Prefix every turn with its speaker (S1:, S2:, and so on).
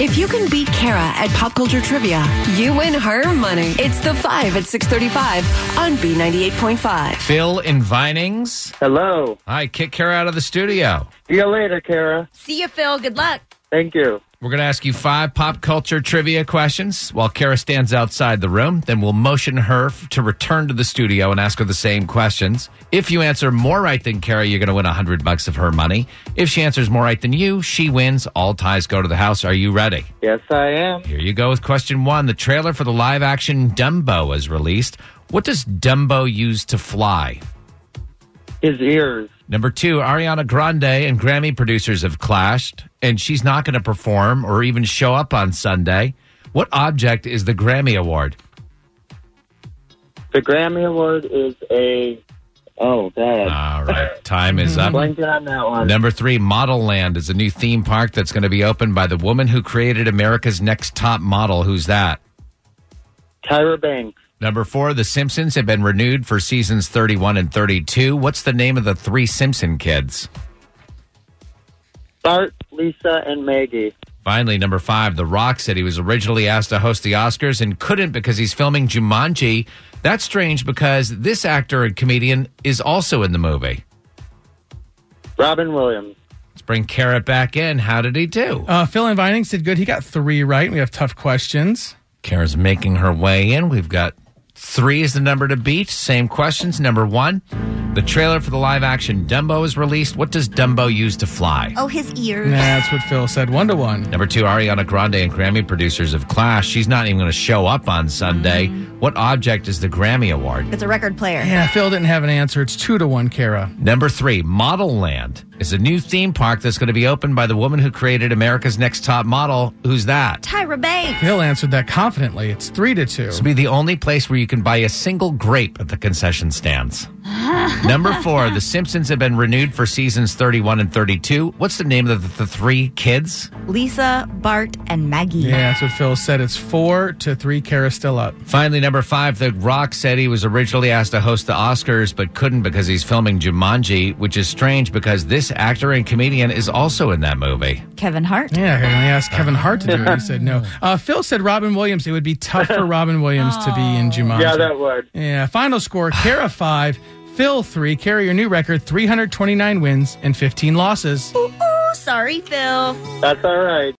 S1: If you can beat Kara at Pop Culture Trivia, you win her money. It's the 5 at 635 on B98.5.
S2: Phil in Vinings.
S3: Hello.
S2: Hi, kick Kara out of the studio.
S3: See you later, Kara.
S4: See you, Phil. Good luck.
S3: Thank you.
S2: We're going to ask you five pop culture trivia questions while Kara stands outside the room. Then we'll motion her f- to return to the studio and ask her the same questions. If you answer more right than Kara, you're going to win 100 bucks of her money. If she answers more right than you, she wins. All ties go to the house. Are you ready?
S3: Yes, I am.
S2: Here you go with question one. The trailer for the live action Dumbo is released. What does Dumbo use to fly?
S3: His ears.
S2: Number two, Ariana Grande and Grammy producers have clashed, and she's not going to perform or even show up on Sunday. What object is the Grammy Award?
S3: The Grammy Award is a. Oh, God.
S2: All right, time is up.
S3: Blanket on that one.
S2: Number three, Model Land is a new theme park that's going to be opened by the woman who created America's Next Top Model. Who's that?
S3: Tyra Banks.
S2: Number four, The Simpsons have been renewed for seasons 31 and 32. What's the name of the three Simpson kids?
S3: Bart, Lisa, and Maggie.
S2: Finally, number five, The Rock said he was originally asked to host the Oscars and couldn't because he's filming Jumanji. That's strange because this actor and comedian is also in the movie.
S3: Robin Williams.
S2: Let's bring Carrot back in. How did he do?
S5: Uh, Phil and Vinings did good. He got three right. We have tough questions.
S2: Kara's making her way in. We've got three is the number to beat. Same questions. Number one, the trailer for the live action Dumbo is released. What does Dumbo use to fly?
S4: Oh, his ears.
S3: Mm.
S5: Nah, that's what Phil said. One to one.
S2: Number two, Ariana Grande and Grammy producers have clashed. She's not even going to show up on Sunday. What object is the Grammy Award?
S4: It's a record player.
S5: Yeah, Phil didn't have an answer. It's two to one, Kara.
S2: Number three, Model Land is a new theme park that's going to be opened by the woman who created America's Next Top Model. Who's that?
S4: Tyra Banks.
S5: Phil answered that confidently. It's three to two.
S2: This will be the only place where you can buy a single grape at the concession stands. Number four, The Simpsons have been renewed for seasons 31 and 32. What's the name of the, the three kids?
S4: Lisa, Bart, and Maggie.
S5: Yeah, that's what Phil said. It's four to three. Kara still up.
S2: Finally, number five, The Rock said he was originally asked to host the Oscars but couldn't because he's filming Jumanji, which is strange because this actor and comedian is also in that movie.
S4: Kevin Hart.
S5: Yeah, and I asked Kevin Hart to do it. He said no. Uh, Phil said Robin Williams. It would be tough for Robin Williams to be in
S3: Oh.
S5: Jumanji.
S3: Yeah, that would.
S5: Yeah, final score Kara 5, Phil 3. Kara, your new record 329 wins and 15 losses.
S4: Ooh, sorry, Phil.
S3: That's all right.